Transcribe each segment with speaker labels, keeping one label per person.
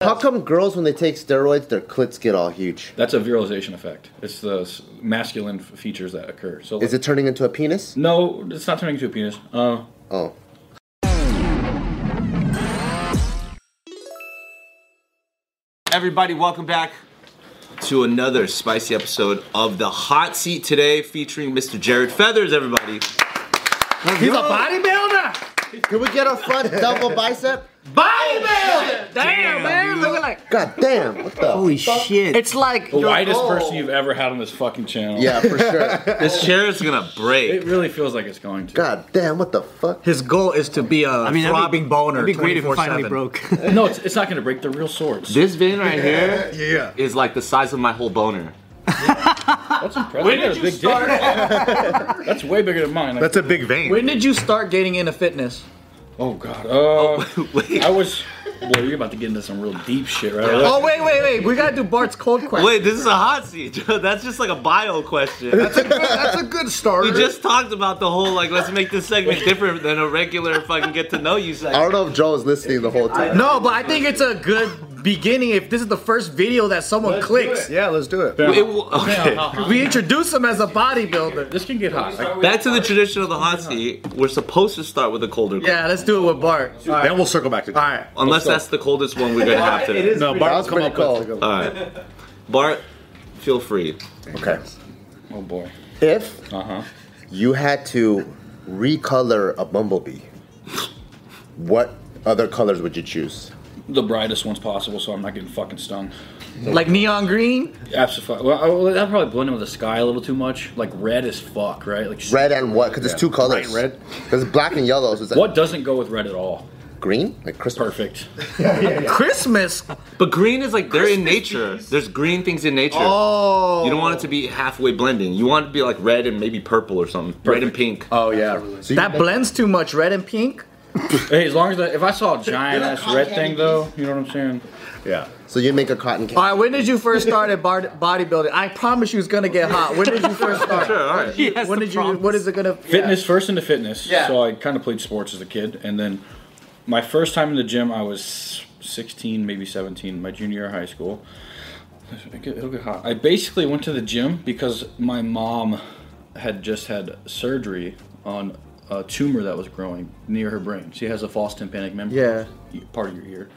Speaker 1: come girls when they take steroids, their clits get all huge?
Speaker 2: That's a virilization effect. It's the s- masculine f- features that occur. So
Speaker 1: Is it turning into a penis?
Speaker 2: No, it's not turning into a penis. Uh,
Speaker 1: Oh.
Speaker 3: Everybody, welcome back to another spicy episode of the Hot Seat today, featuring Mr. Jared Feathers. Everybody,
Speaker 1: He's a bodybuilder! Can we get a front double bicep?
Speaker 4: Bodybuilder! Damn, man, looking like
Speaker 1: God damn, what the?
Speaker 5: Holy shit.
Speaker 4: it's like
Speaker 2: the
Speaker 4: your
Speaker 2: whitest
Speaker 4: goal.
Speaker 2: person you've ever had on this fucking channel.
Speaker 1: yeah, for sure.
Speaker 3: this chair is gonna
Speaker 2: It
Speaker 3: break.
Speaker 2: really feels like it's going to.
Speaker 1: God damn, what the fuck?
Speaker 5: His goal is to be a
Speaker 4: I mean, that'd be-
Speaker 5: throbbing boner.
Speaker 4: It'd be great if it finally
Speaker 5: 24/7.
Speaker 4: broke.
Speaker 2: No, it's, it's not going to break. They're real swords.
Speaker 3: This vein right here is
Speaker 5: Yeah.
Speaker 3: like the size of my whole boner.
Speaker 2: That's impressive. When did you start? That's way bigger than mine. Uh, Like,
Speaker 5: That's a big vein.
Speaker 4: when did you start getting into fitness?
Speaker 2: oh God. Uh,
Speaker 3: Wait,
Speaker 2: I was. Boy, you're about to get into some real deep shit, right?
Speaker 4: Oh wait, wait, wait. We gotta do Bart's cold question.
Speaker 3: wait, this is a hot seat. That's just like a bio question.
Speaker 4: That's a good starter.
Speaker 3: We just talked about the whole like let's make this segment different than a regular fucking get to know you
Speaker 1: I
Speaker 3: segment.
Speaker 1: don't know if Joe was listening the whole time.
Speaker 4: no, but I think it's a good beginning. If this is the first video that someone clicks,
Speaker 5: Yeah, let's do it.
Speaker 3: It w- okay.
Speaker 4: we introduce him as a bodybuilder.
Speaker 2: This can get hot. Like,
Speaker 3: Back to the tradition of the hot seat. We're supposed to start with a colder. Yeah.
Speaker 4: Yeah, let's do it with Bart. All
Speaker 5: Then we'll circle back to that.
Speaker 4: right.
Speaker 3: Unless that's the coldest one we're gonna have today.
Speaker 5: No,
Speaker 1: That
Speaker 5: Bart
Speaker 1: was
Speaker 5: will come up
Speaker 1: pretty cold.
Speaker 5: with
Speaker 3: All right, Bart, feel free.
Speaker 1: Okay.
Speaker 2: oh boy.
Speaker 1: If
Speaker 2: Uh huh.
Speaker 1: you had to recolor a bumblebee, what other colors would you choose?
Speaker 2: The brightest one's possible, so I'm not getting fucking stung.
Speaker 4: Like neon green.
Speaker 2: Absolutely. Well, I, well, that probably blend in with the sky a little too much. Like red as fuck, right? Like
Speaker 1: Red and what? Because there's two colors.
Speaker 5: Right, red.
Speaker 1: There's black and yellow. So it's like
Speaker 2: What doesn't go with red at all?
Speaker 1: Green? Like Christmas.
Speaker 2: Perfect.
Speaker 4: Christmas.
Speaker 3: But green is like they're in nature. There's green things in nature.
Speaker 4: Oh.
Speaker 3: You don't want it to be halfway blending. You want it to be like red and maybe purple or something. Red and pink.
Speaker 1: Oh yeah. So you,
Speaker 4: That blends too much. Red and pink.
Speaker 2: Hey, as long as that, if I saw a giant ass red thing though, you know what I'm saying?
Speaker 5: Yeah.
Speaker 1: so you make a cotton
Speaker 4: All
Speaker 1: candy.
Speaker 4: right. When did you first start at bar- bodybuilding? I promise you, it's gonna get hot. When did you first start?
Speaker 3: Sure, all right.
Speaker 5: has
Speaker 4: when
Speaker 5: to
Speaker 4: did you?
Speaker 5: promise.
Speaker 4: What is it gonna?
Speaker 2: Fitness first into fitness.
Speaker 4: Yeah.
Speaker 2: So I kind of played sports as a kid, and then my first time in the gym, I was 16, maybe 17, my junior year of high school. It'll get- it'll get hot. I basically went to the gym because my mom had just had surgery on a tumor that was growing near her brain. She has a false tympanic membrane,
Speaker 4: Yeah.
Speaker 2: part of your ear,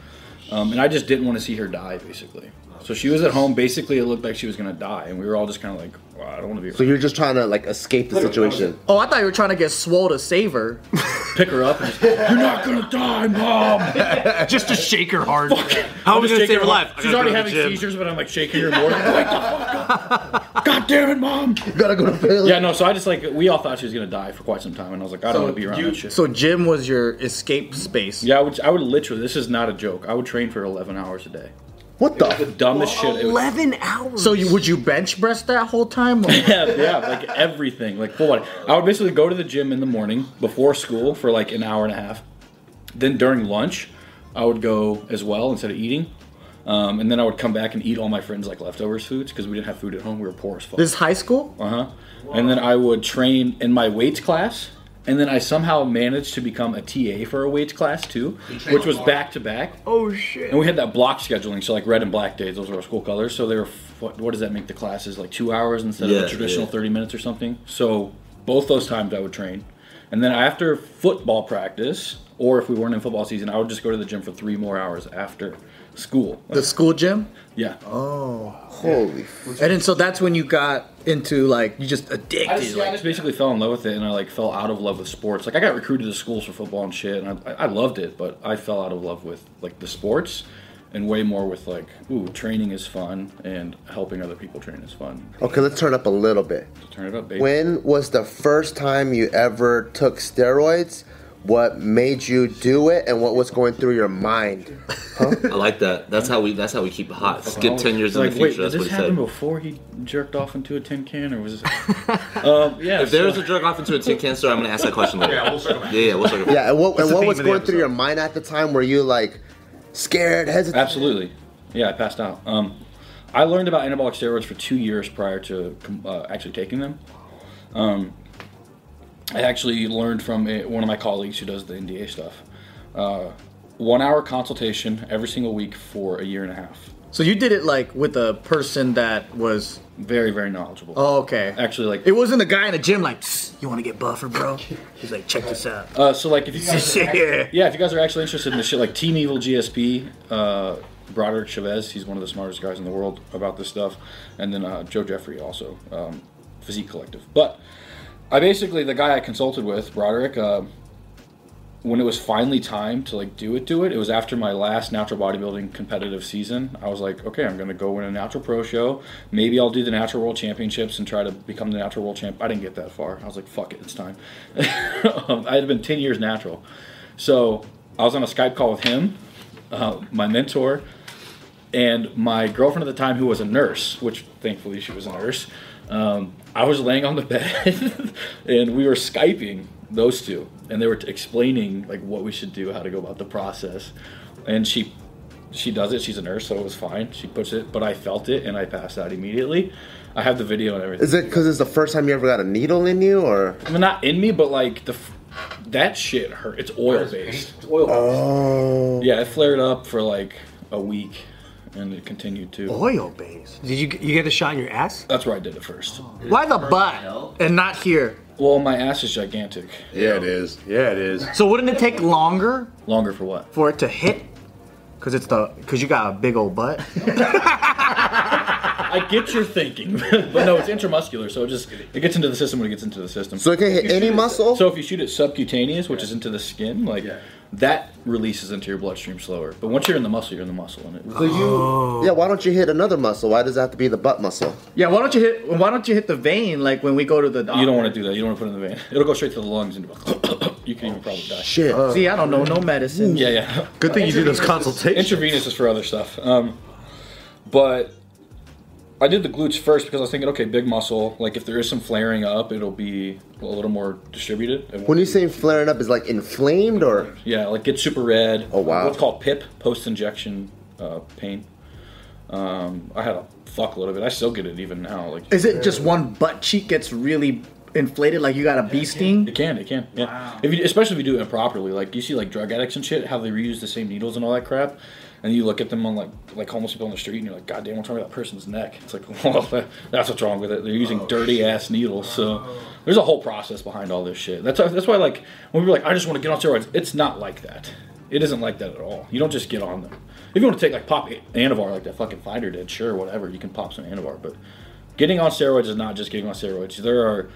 Speaker 2: um, and I just didn't want to see her die, basically. So she was at home. Basically, it looked like she was gonna die, and we were all just kind of like, "Wow, I don't want to be."
Speaker 1: So you're just trying to like escape the situation.
Speaker 4: Oh, I thought you were trying to get swole to save her.
Speaker 2: pick her up. And just, You're not gonna die, mom.
Speaker 5: Just to shake her hard.
Speaker 3: How are
Speaker 2: I'm
Speaker 3: we
Speaker 2: just shaking
Speaker 3: gonna save her
Speaker 2: her
Speaker 3: life?
Speaker 2: She's already having seizures, but I'm like shaking her more. Like, Wake the fuck up. God damn it, mom.
Speaker 1: You gotta go to Philly.
Speaker 2: Yeah, no. So I just like we all thought she was gonna die for quite some time, and I was like, I don't want to be around that shit.
Speaker 4: So gym was your escape space.
Speaker 2: yeah, I would, I would literally. This is not a joke. I would train for 11 hours a day.
Speaker 1: What
Speaker 2: The
Speaker 1: the?
Speaker 2: dumbest shit. It was,
Speaker 5: Eleven hours.
Speaker 4: So you, would you bench press that whole time? Or-
Speaker 2: yeah, yeah, like everything, like full body. I would basically go to the gym in the morning before school for like an hour and a half. Then during lunch, I would go as well instead of eating. Um, and then I would come back and eat all my friends like leftovers foods because we didn't have food at home. We were poor as fuck.
Speaker 4: this is high school?
Speaker 2: Uh huh. And then I would train in my weights class. And then I somehow managed to become a TA for a weights class too, which was back to back.
Speaker 5: Oh shit.
Speaker 2: And we had that block scheduling, so like red and black days, those were our school colors. So they were, what, what does that make the classes like two hours instead of
Speaker 3: Yeah,
Speaker 2: the traditional
Speaker 3: yeah.
Speaker 2: 30 minutes or something? So both those times I would train. And then after football practice, or if we weren't in football season, I would just go to the gym for three more hours after school.
Speaker 4: The school gym?
Speaker 2: yeah.
Speaker 1: Holy. f-
Speaker 4: And then so that's when you got into like you just addicted.
Speaker 2: I just, yeah, I
Speaker 4: like,
Speaker 2: just basically fell in love with it, and I like fell out of love with sports. Like I got recruited to schools for football and shit, and I, I loved it, but I fell out of love with like the sports, and way more with like, ooh, training is fun, and helping other people train is fun.
Speaker 1: Okay, let's turn up a little bit.
Speaker 2: Turn it up, baby.
Speaker 1: When was the first time you ever took steroids? What made you do it, and what was going through your mind?
Speaker 3: I like that. That's how we. That's how we keep it hot. Skip ten years
Speaker 2: Oh. like,
Speaker 3: in the
Speaker 2: Wait,
Speaker 3: future. that's
Speaker 2: did
Speaker 3: what
Speaker 2: this
Speaker 3: he
Speaker 2: happen
Speaker 3: said.
Speaker 2: before he jerked off into a tin can, or was it? um, yeah.
Speaker 3: If there's
Speaker 2: so-
Speaker 3: a jerk off into a tin can store, I'm gonna ask that question later. Yeah, we'll circle back. Yeah, yeah, we'll circle back.
Speaker 1: Yeah, and what, and
Speaker 5: the
Speaker 1: what
Speaker 5: theme
Speaker 1: was
Speaker 5: of the
Speaker 1: going through
Speaker 5: episode.
Speaker 1: your mind at the time? Were you like scared, hesitant?
Speaker 2: Absolutely. Yeah, I passed out. Um, I learned about anabolic steroids for two years prior to com- uh, actually taking them. Um, I actually learned from a, one of my colleagues who does the NDA stuff. Uh, one hour consultation every single week for a year and a half.
Speaker 4: So you did it like with a person that was
Speaker 2: Very, very knowledgeable.
Speaker 4: oh, okay.
Speaker 2: Actually, like,
Speaker 4: it wasn't a guy in a gym like, "Psst, you want to get buffer, bro? He's like, check this out.
Speaker 2: uh, so like if you guys
Speaker 4: yeah.
Speaker 2: Yeah, if you guys are actually interested in this shit, like Team Evil GSP, uh, Broderick Chavez, he's one of the smartest guys in the world about this stuff, and then uh, Joe Jeffrey also, um, Physique Collective. But I basically the guy I consulted with, Broderick, uh, when it was finally time to like do it, do it. It was after my last natural bodybuilding competitive season. I was like, okay, I'm gonna go win a natural pro show. Maybe I'll do the natural world championships and try to become the natural world champ. I didn't get that far. I was like, fuck it, it's time. Um, I had been 10 years natural. So I was on a Skype call with him, uh, my mentor, and my girlfriend at the time, who was a nurse, which thankfully she was a nurse. Um, I was laying on the bed, and we were skyping those two, and they were t- explaining like what we should do, how to go about the process, and she. She does it. She's a nurse, so it was fine. She puts it, but I felt it and I passed out immediately. I have the video and everything.
Speaker 1: Is it because it's the first time you ever got a needle in you, or
Speaker 2: I mean, not in me, but like the f- that shit hurt. It's oil based.
Speaker 1: oh,
Speaker 2: Yeah, it flared up for like a week, and it continued to.
Speaker 4: Oil based.
Speaker 5: Did you you get the shot in your ass?
Speaker 2: That's where I did it first.
Speaker 4: Why the butt and not here?
Speaker 2: Well, my ass is gigantic.
Speaker 6: Yeah, it is. Yeah, it is.
Speaker 5: So wouldn't it take longer?
Speaker 2: Longer for what?
Speaker 4: for it to hit because it's the because you got a big old butt
Speaker 2: I get your thinking, but no, it's intramuscular, so it just it gets into the system when it gets into the system.
Speaker 1: so it can hit any muscle.
Speaker 2: So if you shoot it subcutaneous, which is into the skin, like that releases into your bloodstream slower. But once you're in the muscle, you're in the muscle, and it.
Speaker 1: So you, yeah. Why don't you hit another muscle? Why does it have to be the butt muscle?
Speaker 4: yeah why don't you hit why don't you hit the vein like when we go to the doctor
Speaker 2: You don't want to do that. You don't want to put it in the vein. It'll go straight to the lungs, and you can even probably die.
Speaker 1: Shit.
Speaker 4: see i don't know no medicine
Speaker 2: Yeah, yeah.
Speaker 6: Good thing you do those consultations.
Speaker 2: Intravenous is for other stuff. Um, but I did the glutes first because I was thinking, okay, big muscle. Like if there is some flaring up, it'll be a little more distributed. It
Speaker 1: when
Speaker 2: won't
Speaker 1: you
Speaker 2: be-
Speaker 1: say flaring up, is like inflamed or
Speaker 2: yeah, like get super red.
Speaker 1: Oh, wow.
Speaker 2: What's called PIP, post injection uh, pain. Um, I had a fuckload of it. I still get it even now. Like
Speaker 4: is it just one butt cheek gets really inflated like you got a bee sting
Speaker 2: It can, it can. Yeah. If you, especially if you do it improperly, like you see like drug addicts and shit, how they reuse the same needles and all that crap, and you look at them on like like homeless people on the street, and you're like, God damn, what's wrong with that person's neck? It's like, well, that, that's what's wrong with it. They're using dirty ass needles. So there's a whole process behind all this shit. That's that's why like when we were like, I just want to get on steroids. It's not like that. It isn't like that at all. You don't just get on them. If you want to take like pop Anavar like that fucking fighter did, sure, whatever, you can pop some Anavar, but. Getting on steroids is not just getting on steroids. There are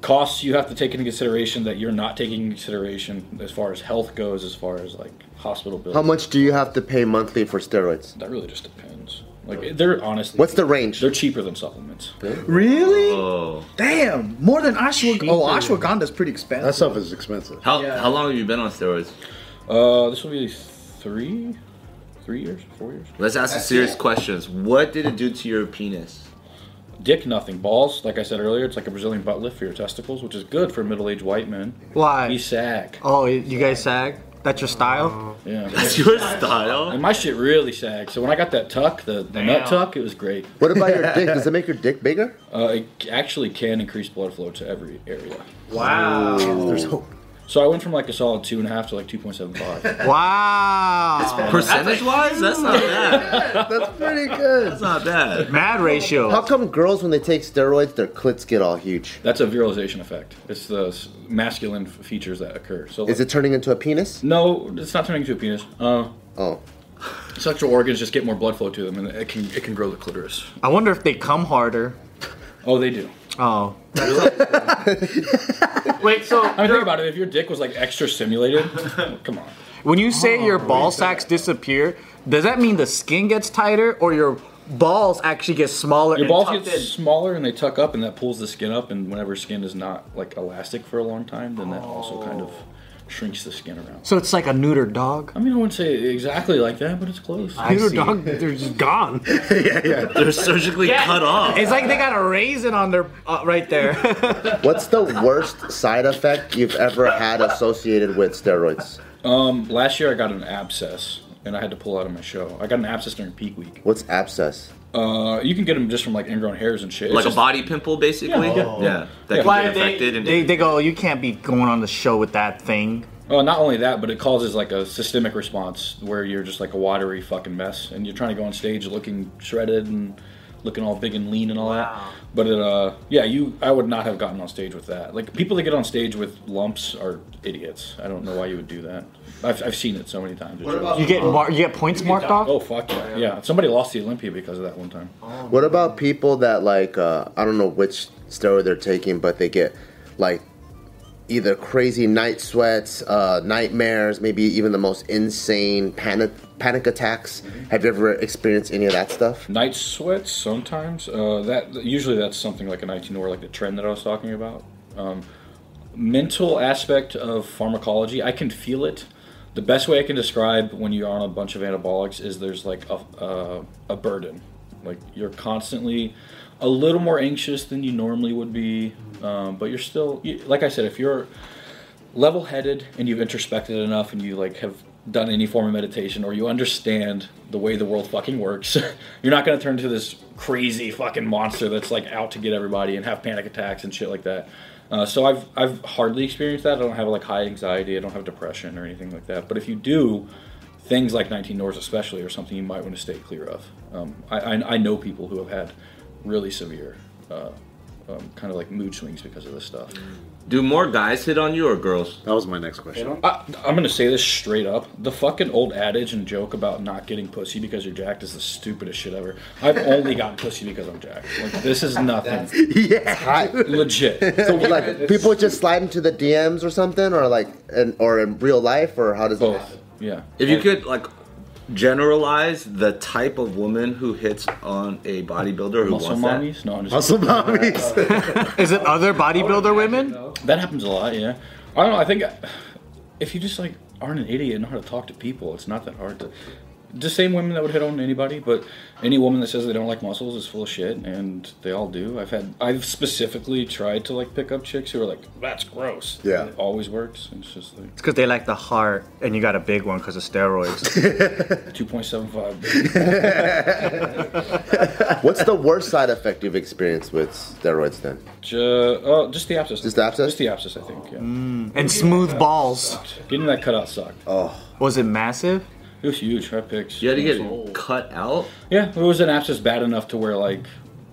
Speaker 2: costs you have to take into consideration that you're not taking into consideration as far as health goes, as far as like hospital bills.
Speaker 1: how much do you have to pay monthly for steroids?
Speaker 2: That really just depends. Like they're honestly.
Speaker 1: What's the range?
Speaker 2: They're cheaper than supplements.
Speaker 4: really
Speaker 3: Oh.
Speaker 4: damn more than ashwagandha oh ashwagandha's pretty expensive
Speaker 6: That stuff is expensive.
Speaker 3: How, how long have you been on steroids?
Speaker 2: Uh, this will be three, three years, four years.
Speaker 3: Let's ask the serious questions. What did it do to your penis?
Speaker 2: Dick, nothing. Balls, like I said earlier, it's like a Brazilian butt lift for your testicles, which is good for middle-aged white men.
Speaker 4: why
Speaker 2: He sag.
Speaker 4: oh you guys sag that's your style
Speaker 2: Yeah.
Speaker 3: That's your style.
Speaker 2: And my shit really sagged. So when I got that tuck, the, the nut tuck, it was great.
Speaker 1: What about your dick? Does it make your dick bigger?
Speaker 2: Uh, it actually can increase blood flow to every area.
Speaker 4: wow
Speaker 2: So I went from like a solid two and a half to like two point seven five.
Speaker 4: wow
Speaker 3: Percentage wise, that's not bad.
Speaker 1: That's pretty good.
Speaker 3: That's not bad.
Speaker 4: mad
Speaker 1: How
Speaker 4: ratio
Speaker 1: come girls when they take steroids, their clits get all huge?
Speaker 2: That's a virilization effect. It's the s- masculine f- features that occur. So
Speaker 1: Is it turning into a penis?
Speaker 2: No, it's not turning into a penis. Uh,
Speaker 1: Oh,
Speaker 2: sexual organs just get more blood flow to them, and it can it can grow the clitoris.
Speaker 4: i wonder if they come harder
Speaker 2: Oh, they do.
Speaker 4: oh wait so
Speaker 2: I mean, think about it. If your dick was like extra stimulated, come on.
Speaker 4: When you say your
Speaker 2: Oh,
Speaker 4: ball sacks disappear, does that mean the skin gets tighter or your balls actually get smaller?
Speaker 2: Your
Speaker 4: and
Speaker 2: balls
Speaker 4: tucked
Speaker 2: get smaller and they tuck up, and that pulls the skin up. And whenever skin is not like elastic for a long time, then that also kind of shrinks the skin around.
Speaker 4: in? So it's like a neutered dog.
Speaker 2: I mean, I wouldn't say exactly like that, but it's close.
Speaker 4: I
Speaker 5: Dude,
Speaker 4: see.
Speaker 5: dog, they're just gone.
Speaker 3: They're surgically cut off.
Speaker 4: It's like they got a raisin on their uh, right there.
Speaker 1: what's the worst side effect you've ever had associated with steroids?
Speaker 2: Um, last year I got an abscess, and I had to pull out of my show. I got an abscess during peak week.
Speaker 1: What's abscess?
Speaker 2: Uh, you can get them just from like ingrown hairs and shit. It's
Speaker 3: Like a
Speaker 2: just-
Speaker 3: body pimple, basically.
Speaker 2: Yeah.
Speaker 3: Yeah, that
Speaker 2: Yeah.
Speaker 3: can get infected and
Speaker 4: they, they go, you can't be going on the show with that thing.
Speaker 2: Well, Oh, not only that, but it causes like a systemic response where you're just like a watery fucking mess, and you're trying to go on stage looking shredded and looking all big and lean and all that. But it, uh, yeah, you, I would not have gotten on stage with that. Like people that get on stage with lumps are idiots. I don't know why you would do that. I've, I've seen it so many times. It's really-
Speaker 4: You get mar- you get points marked off.
Speaker 2: oh fuck yeah, yeah. Somebody lost the Olympia because of that one time.
Speaker 1: What about people that like uh, I don't know which steroid they're taking, but they get like either crazy night sweats, uh, nightmares, maybe even the most insane panic panic attacks. Have you ever experienced any of that stuff?
Speaker 2: Night sweats sometimes. Uh, that usually that's something like an 19 or like the trend that I was talking about. Um, mental aspect of pharmacology, I can feel it. The best way I can describe when you're on a bunch of anabolics is there's like a a, a burden. Like you're constantly a little more anxious than you normally would be, um, but you're still you, like I said, if you're level-headed and you've introspected enough and you like have done any form of meditation or you understand the way the world fucking works you're not going to turn into this crazy fucking monster that's like out to get everybody and have panic attacks and shit like that uh, so I've, I've hardly experienced that i don't have like high anxiety i don't have depression or anything like that but if you do things like 19 doors especially or something you might want to stay clear of um, I, I, I know people who have had really severe uh, um, kind of like mood swings because of this stuff
Speaker 3: Do more guys hit on you or girls?
Speaker 6: That was my next question.
Speaker 2: I, I'm gonna say this straight up. The fucking old adage and joke about not getting pussy because you're jacked is the stupidest shit ever. I've only gotten pussy because I'm jacked. Like this is nothing.
Speaker 1: yeah.
Speaker 2: Legit.
Speaker 1: So like people just slide into the DMs or something, or like, in, or in real life, or how does it
Speaker 2: Both.
Speaker 1: happen?
Speaker 2: Yeah.
Speaker 3: If you could like generalize the type of woman who hits on a bodybuilder who
Speaker 2: Muscle
Speaker 3: wants
Speaker 2: mommies? No, I'm just
Speaker 6: Muscle mommies.
Speaker 4: Is it other
Speaker 2: Oh,
Speaker 4: bodybuilder women?
Speaker 2: that happens a lot. Yeah. I don't know. I think if you just like aren't an idiot and know how to talk to people, it's not that hard to. The same women that would hit on anybody, but any woman that says they don't like muscles is full of shit, and they all do. I've had, I've specifically tried to like pick up chicks who are like, "That's gross."
Speaker 1: Yeah.
Speaker 2: And it always works. And it's just like.
Speaker 4: It's because they like the heart, and you got a big one because of steroids.
Speaker 2: 2.75.
Speaker 1: What's the worst side effect you've experienced with steroids? Then
Speaker 2: Ju- oh, just the abscess.
Speaker 1: Just the abscess?
Speaker 2: Just the abscess, I think. Yeah.
Speaker 4: and smooth balls.
Speaker 2: Getting that cut out sucked.
Speaker 4: Was it massive?
Speaker 2: It was huge. Right picks.
Speaker 3: that? You had to get it cut out?
Speaker 2: Yeah, it was an abscess bad enough to where like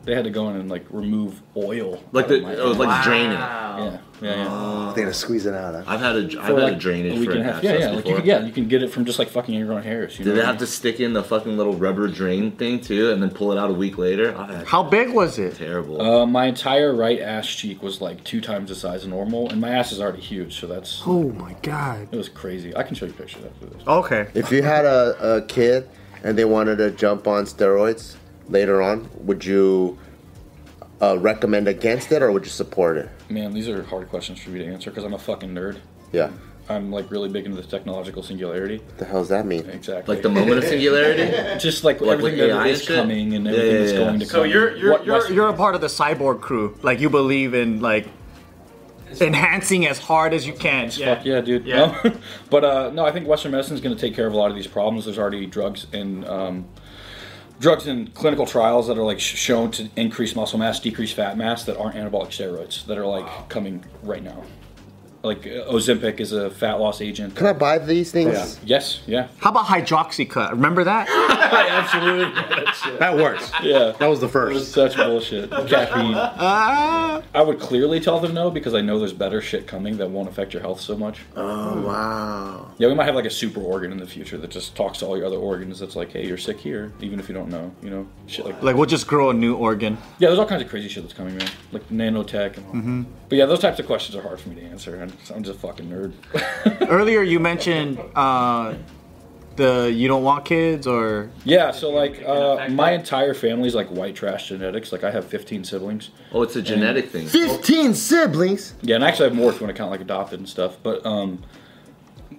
Speaker 2: they had to go in and like remove oil.
Speaker 3: Like
Speaker 2: out of
Speaker 3: the
Speaker 2: my-
Speaker 3: it was like Oh. draining.
Speaker 2: yeah, yeah, yeah.
Speaker 1: they're gonna squeeze it out. Huh?
Speaker 3: I've had a dr-
Speaker 2: For,
Speaker 3: I've had a
Speaker 2: like,
Speaker 3: drainage
Speaker 2: week
Speaker 3: for an
Speaker 2: and a half. Yeah,
Speaker 3: abscess
Speaker 2: yeah. Like you
Speaker 3: before.
Speaker 2: can, yeah, you can get it from just like fucking your own hairs. You know
Speaker 3: Did they
Speaker 2: what I
Speaker 3: have to
Speaker 2: mean?
Speaker 3: stick in the fucking little rubber drain thing too, and then pull it out a week later? I've had
Speaker 4: How big was it?
Speaker 3: terrible.
Speaker 2: Uh, my entire right ass cheek was like two times the size of normal, and my ass is already huge, so that's
Speaker 5: Oh my god.
Speaker 2: it was crazy. I can show you pictures after this.
Speaker 4: Okay.
Speaker 1: If you had a, a kid and they wanted to jump on steroids later on, would you uh, recommend against it or would you support it?
Speaker 2: Man, these are hard questions for me to answer because I'm a fucking nerd.
Speaker 1: Yeah.
Speaker 2: I'm like really big into the technological singularity.
Speaker 1: What the hell does that mean?
Speaker 2: Exactly.
Speaker 3: like the moment of singularity?
Speaker 2: just like,
Speaker 3: Like with
Speaker 2: everything that
Speaker 3: AI
Speaker 2: is
Speaker 3: shit?
Speaker 2: coming and
Speaker 3: Yeah,
Speaker 2: everything
Speaker 3: yeah,
Speaker 2: that's
Speaker 3: yeah.
Speaker 2: going to
Speaker 4: So
Speaker 2: come.
Speaker 4: you're you're
Speaker 2: What-
Speaker 4: you're,
Speaker 2: what's-
Speaker 4: you're a part of the cyborg crew. Like you believe in like enhancing as hard as you can.
Speaker 2: Fuck yeah, dude.
Speaker 4: Yeah.
Speaker 2: No. but uh, no, I think Western medicine is going to take care of a lot of these problems. There's already drugs and um, drugs in clinical trials that are like sh- shown to increase muscle mass, decrease fat mass that aren't anabolic steroids that are like coming right now. Like uh, Ozempic is a fat loss agent.
Speaker 1: Can I buy these things?
Speaker 6: Yeah.
Speaker 2: Yes. Yeah.
Speaker 4: How about hydroxycut? Remember that?
Speaker 2: Absolutely.
Speaker 6: That works.
Speaker 2: Yeah.
Speaker 6: That was the
Speaker 2: It was
Speaker 6: first.
Speaker 2: such bullshit. Caffeine. I would clearly tell them no because I know there's better shit coming that won't affect your health so much.
Speaker 1: Oh, wow.
Speaker 2: Yeah, we might have like a super organ in the future that just talks to all your other organs. That's like, hey, you're sick here, even if you don't know. You know, shit like.
Speaker 4: Like we'll just grow a new organ.
Speaker 2: Yeah, there's all kinds of crazy shit that's coming, man. Like nanotech and all.
Speaker 1: Mm-hmm.
Speaker 2: But yeah, those types of questions are hard for me to answer. I'm, I'm just a fucking nerd.
Speaker 4: Earlier you mentioned uh, the you don't want kids or
Speaker 2: yeah, so like uh, my entire family's like white trash genetics. Like I have 15 siblings.
Speaker 3: Oh, it's a genetic thing.
Speaker 1: 15 siblings?
Speaker 2: Yeah, and I actually have more if you want to count like adopted and stuff. But um,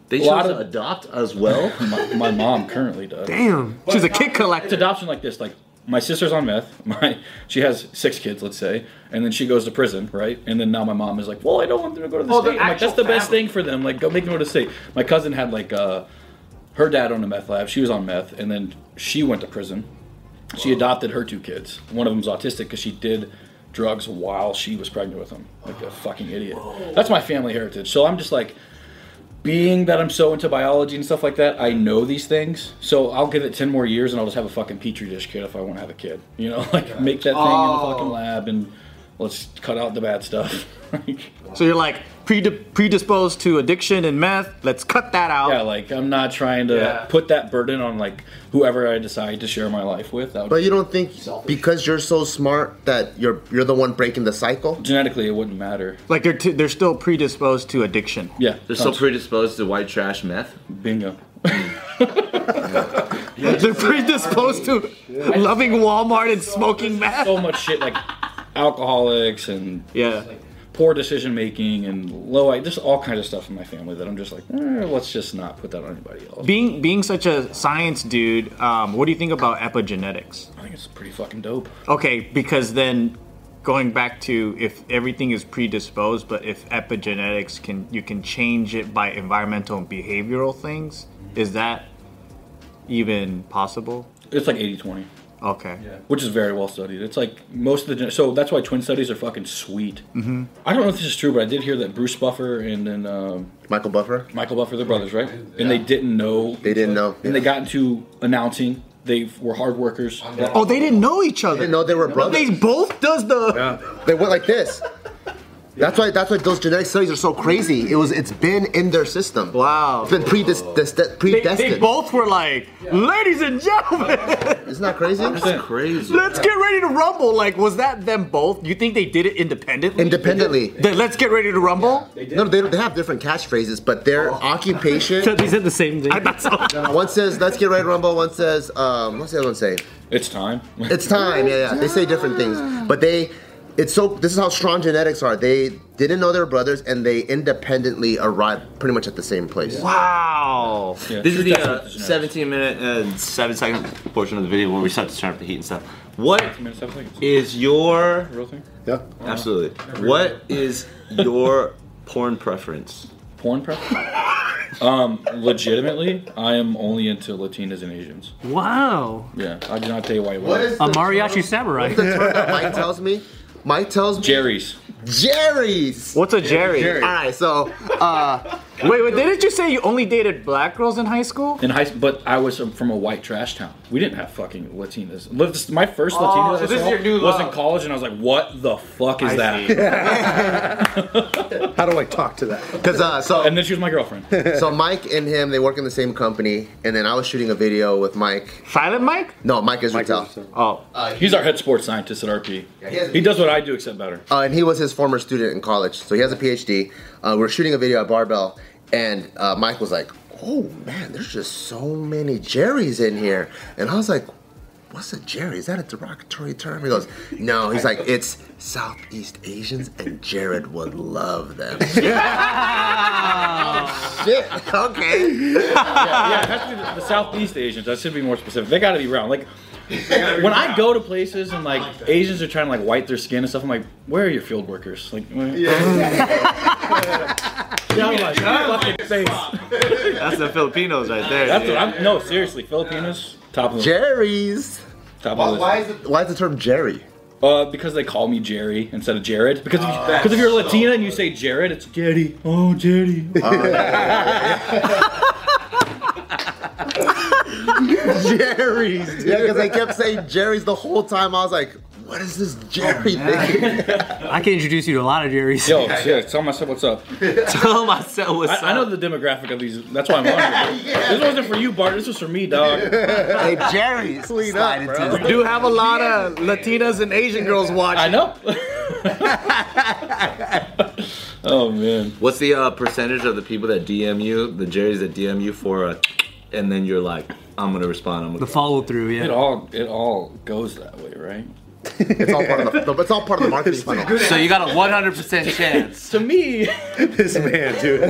Speaker 3: They
Speaker 2: A lot
Speaker 3: chose to
Speaker 2: of-
Speaker 3: adopt as well.
Speaker 2: my, my mom currently does.
Speaker 5: Damn.
Speaker 4: she's a kid
Speaker 2: it's
Speaker 4: collector.
Speaker 2: adoption like this like my sister's on meth my she has six kids let's say and then she goes to prison right and then now my mom is like well i don't want them to go to the state I'm like that's the best thing for them like go make them go to the state my cousin had like uh her dad owned a meth lab she was on meth and then she went to prison she adopted her two kids one of them's autistic because she did drugs while she was pregnant with him like a fucking idiot that's my family heritage so i'm just like being that I'm so into biology and stuff like that, I know these things. So I'll give it ten more years, and I'll just have a fucking petri dish kid if I want to have a kid. You know, like make that thing in the fucking
Speaker 3: Oh.
Speaker 2: lab, and let's cut out the bad stuff.
Speaker 4: So you're like predip- predisposed to addiction and meth. Let's cut that out.
Speaker 2: yeah, like I'm not trying to
Speaker 4: Yeah.
Speaker 2: put that burden on like whoever I decide to share my life with. That would,
Speaker 1: But you don't think because you're so smart that you're you're the one breaking the cycle?
Speaker 2: genetically, it wouldn't matter.
Speaker 4: Like they're t- they're still predisposed to addiction.
Speaker 2: Yeah,
Speaker 3: They're so
Speaker 2: tons.
Speaker 3: predisposed to white trash meth.
Speaker 2: bingo.
Speaker 4: They're predisposed to loving Walmart and smoking meth.
Speaker 2: So much shit like alcoholics and
Speaker 4: Yeah.
Speaker 2: poor decision making and low. I just all kinds of stuff in my family that I'm just like, eh, let's just not put that on anybody else.
Speaker 4: Being being such a science dude, um, what do you think about epigenetics?
Speaker 2: I think it's pretty fucking dope.
Speaker 4: Okay, because then going back to if everything is predisposed, but if epigenetics can you can change it by environmental and behavioral things, is that even possible?
Speaker 2: It's like 80 20,
Speaker 4: Okay.
Speaker 2: which is very well studied. It's like most of the. gen- So that's why twin studies are fucking sweet. Mm-hmm. I don't know if this is true, but I did hear that Bruce Buffer and then um,
Speaker 1: Michael Buffer?
Speaker 2: Michael Buffer, they're brothers, right? And they didn't know.
Speaker 1: They didn't know.
Speaker 2: And they got into announcing. They were hard workers.
Speaker 4: Oh, they didn't know each other.
Speaker 1: They didn't know they were
Speaker 4: They
Speaker 1: brothers.
Speaker 4: both does the
Speaker 1: They went like this. That's why that's why those genetic studies are so crazy. It was it's been in their system.
Speaker 4: Wow.
Speaker 1: It's been predest- predest-
Speaker 4: They,
Speaker 1: predestined.
Speaker 4: they both were like, ladies and gentlemen,
Speaker 1: Isn't that crazy?
Speaker 3: Crazy.
Speaker 4: let's get ready to rumble. Like, was that them both? You think they did it independently?
Speaker 1: Independently.
Speaker 4: Then let's get ready to rumble?
Speaker 1: No, they, they have different catchphrases, but their
Speaker 4: Oh.
Speaker 1: occupation.
Speaker 5: They said the same thing.
Speaker 4: I thought so.
Speaker 1: one says "Let's get ready to rumble." One says, um, "What's the other one say?"
Speaker 2: It's time.
Speaker 1: It's time. Yeah, yeah. They say different things, but they. It's so. This is how strong genetics are. They didn't know they were brothers, and they independently arrived pretty much at the same place.
Speaker 4: Wow.
Speaker 2: Yeah,
Speaker 3: This is
Speaker 2: true
Speaker 3: the
Speaker 2: testament
Speaker 3: uh,
Speaker 2: to genetics.
Speaker 3: 17 minute and 7 second portion of the video where we start to turn up the heat and stuff. What
Speaker 2: Minutes, seven seconds.
Speaker 3: is your
Speaker 2: Real thing?
Speaker 6: Yeah.
Speaker 3: absolutely? What is your porn preference?
Speaker 2: Porn prep? um, legitimately, I am only into Latinas and Asians.
Speaker 5: wow.
Speaker 2: Yeah, I do not date white women.
Speaker 1: What is
Speaker 5: A
Speaker 1: the
Speaker 5: mariachi samurai.
Speaker 1: term that Mike tells me? Mike tells me
Speaker 2: Jerry's.
Speaker 1: Jerry's.
Speaker 4: What's a Jerry?
Speaker 1: All right, so uh,
Speaker 4: Wait, wait, didn't you say you only dated black girls in high school?
Speaker 2: In high, but I was from a white trash town. We didn't have fucking Latinas. Lit- My first Latina
Speaker 4: Oh, so
Speaker 2: that I
Speaker 4: this is
Speaker 2: saw
Speaker 4: your new
Speaker 2: was in
Speaker 4: love.
Speaker 2: college, and I was like, "What the fuck is that?"
Speaker 6: How do I talk to that?
Speaker 1: because uh, so
Speaker 2: And then she was my girlfriend.
Speaker 1: so Mike and him they work in the same company, and then I was shooting a video with Mike.
Speaker 4: Silent Mike?
Speaker 1: No, Mike is Retail.
Speaker 4: Oh.
Speaker 2: He's our head sports scientist at RP.
Speaker 1: he has a-
Speaker 2: He does what I do, except better.
Speaker 1: Uh, and he was his former student in college, so he has a PhD. Uh, we're shooting a video at Barbell, and uh, Mike was like, "Oh man, there's just so many Jerrys in here," and I was like. What's a Jerry? Is that a derogatory term? He goes, no. He's like, it's Southeast Asians, and Jared would love them. Oh, Shit. Okay.
Speaker 4: Ah.
Speaker 2: yeah, it has to be the, the Southeast Asians. I should be more specific. They got to be round. Like when I go to places and like Asians are trying to like white their skin and stuff, I'm like, where are your field workers? Like, where- Yeah, I'm like, fucking face.
Speaker 3: That's the Filipinos right there.
Speaker 2: That's what I'm. No, seriously, Filipinos, top of the
Speaker 1: Jerry's.
Speaker 2: top of the list.
Speaker 1: is it, why is the term Jerry?
Speaker 2: Uh, because they call me Jerry instead of Jared. Because because if you're Latina and you say Jared, it's Jerry. Oh, Jerry.
Speaker 1: Jerry's. Yeah, because they kept saying Jerry's the whole time. I was like, what is this Jerry thing?
Speaker 5: I can introduce you to a lot of Jerry's.
Speaker 2: Yo, shit, tell myself what's up.
Speaker 3: Tell myself what's
Speaker 2: I, I know the demographic of these. That's why I'm on here. This wasn't for you, Bart. This was for me, dog.
Speaker 1: Hey, Jerry's. Clean up, bro.
Speaker 4: We do have a lot of Latinas and Asian girls
Speaker 2: I
Speaker 4: watching.
Speaker 2: know. oh man.
Speaker 3: What's the uh, percentage of the people that DM you, the Jerry's that DM you for a, and then you're like, I'm gonna respond. I'm
Speaker 5: The
Speaker 3: gonna.
Speaker 5: follow through,
Speaker 2: It
Speaker 5: yeah.
Speaker 2: all it all goes that way, right?
Speaker 1: It's all part of the. It's all part of the marketing funnel.
Speaker 3: So you got a 100% chance.
Speaker 2: To me,
Speaker 6: This man, dude.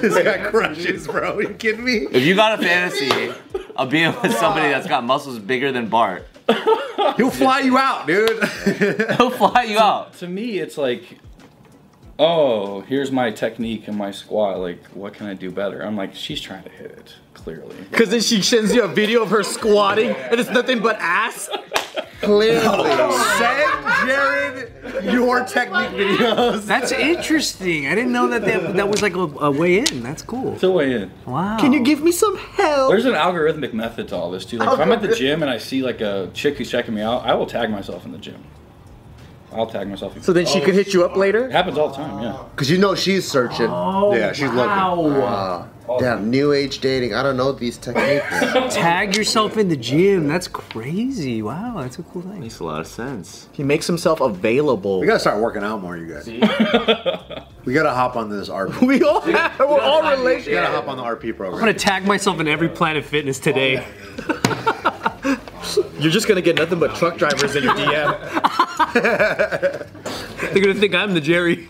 Speaker 6: This guy crushes, bro. Are you kidding me?
Speaker 3: If you got a fantasy of being with somebody that's got muscles bigger than Bart,
Speaker 6: He'll fly you out, dude.
Speaker 3: he'll fly you out.
Speaker 2: to me, it's like, oh, here's my technique and my squat. Like, what can I do better? I'm like, she's trying to hit it. Clearly,
Speaker 4: Because then she sends you a video of her squatting and it's nothing but ass.
Speaker 1: Clearly.
Speaker 6: Send Jared, your technique videos.
Speaker 4: That's interesting. I didn't know that that, that was like a, a way in. That's cool.
Speaker 2: Still way in.
Speaker 4: Wow.
Speaker 7: Can you give me some help?
Speaker 2: There's an algorithmic method to all this too. Like if I'm at the gym and I see like a chick who's checking me out, I will tag myself in the gym. I'll tag myself.
Speaker 4: So then she could hit you up
Speaker 2: it
Speaker 4: later.
Speaker 2: happens all the time. Yeah.
Speaker 1: Because you know she's searching.
Speaker 4: Oh.
Speaker 6: yeah, she's
Speaker 4: wow.
Speaker 1: Damn, new age dating. I don't know these techniques.
Speaker 4: Tag yourself in the gym. That's crazy. Wow, that's a cool thing.
Speaker 3: Makes a lot of sense.
Speaker 7: He makes himself available.
Speaker 6: We gotta start working out more, you guys. we gotta hop on this RP.
Speaker 7: We all have. We're all
Speaker 6: We
Speaker 7: related.
Speaker 6: gotta hop on the RP
Speaker 4: I'm
Speaker 6: program.
Speaker 4: gonna tag myself in every Planet Fitness today.
Speaker 7: You're just gonna get nothing but truck drivers in your DM.
Speaker 4: They're gonna think I'm the Jerry.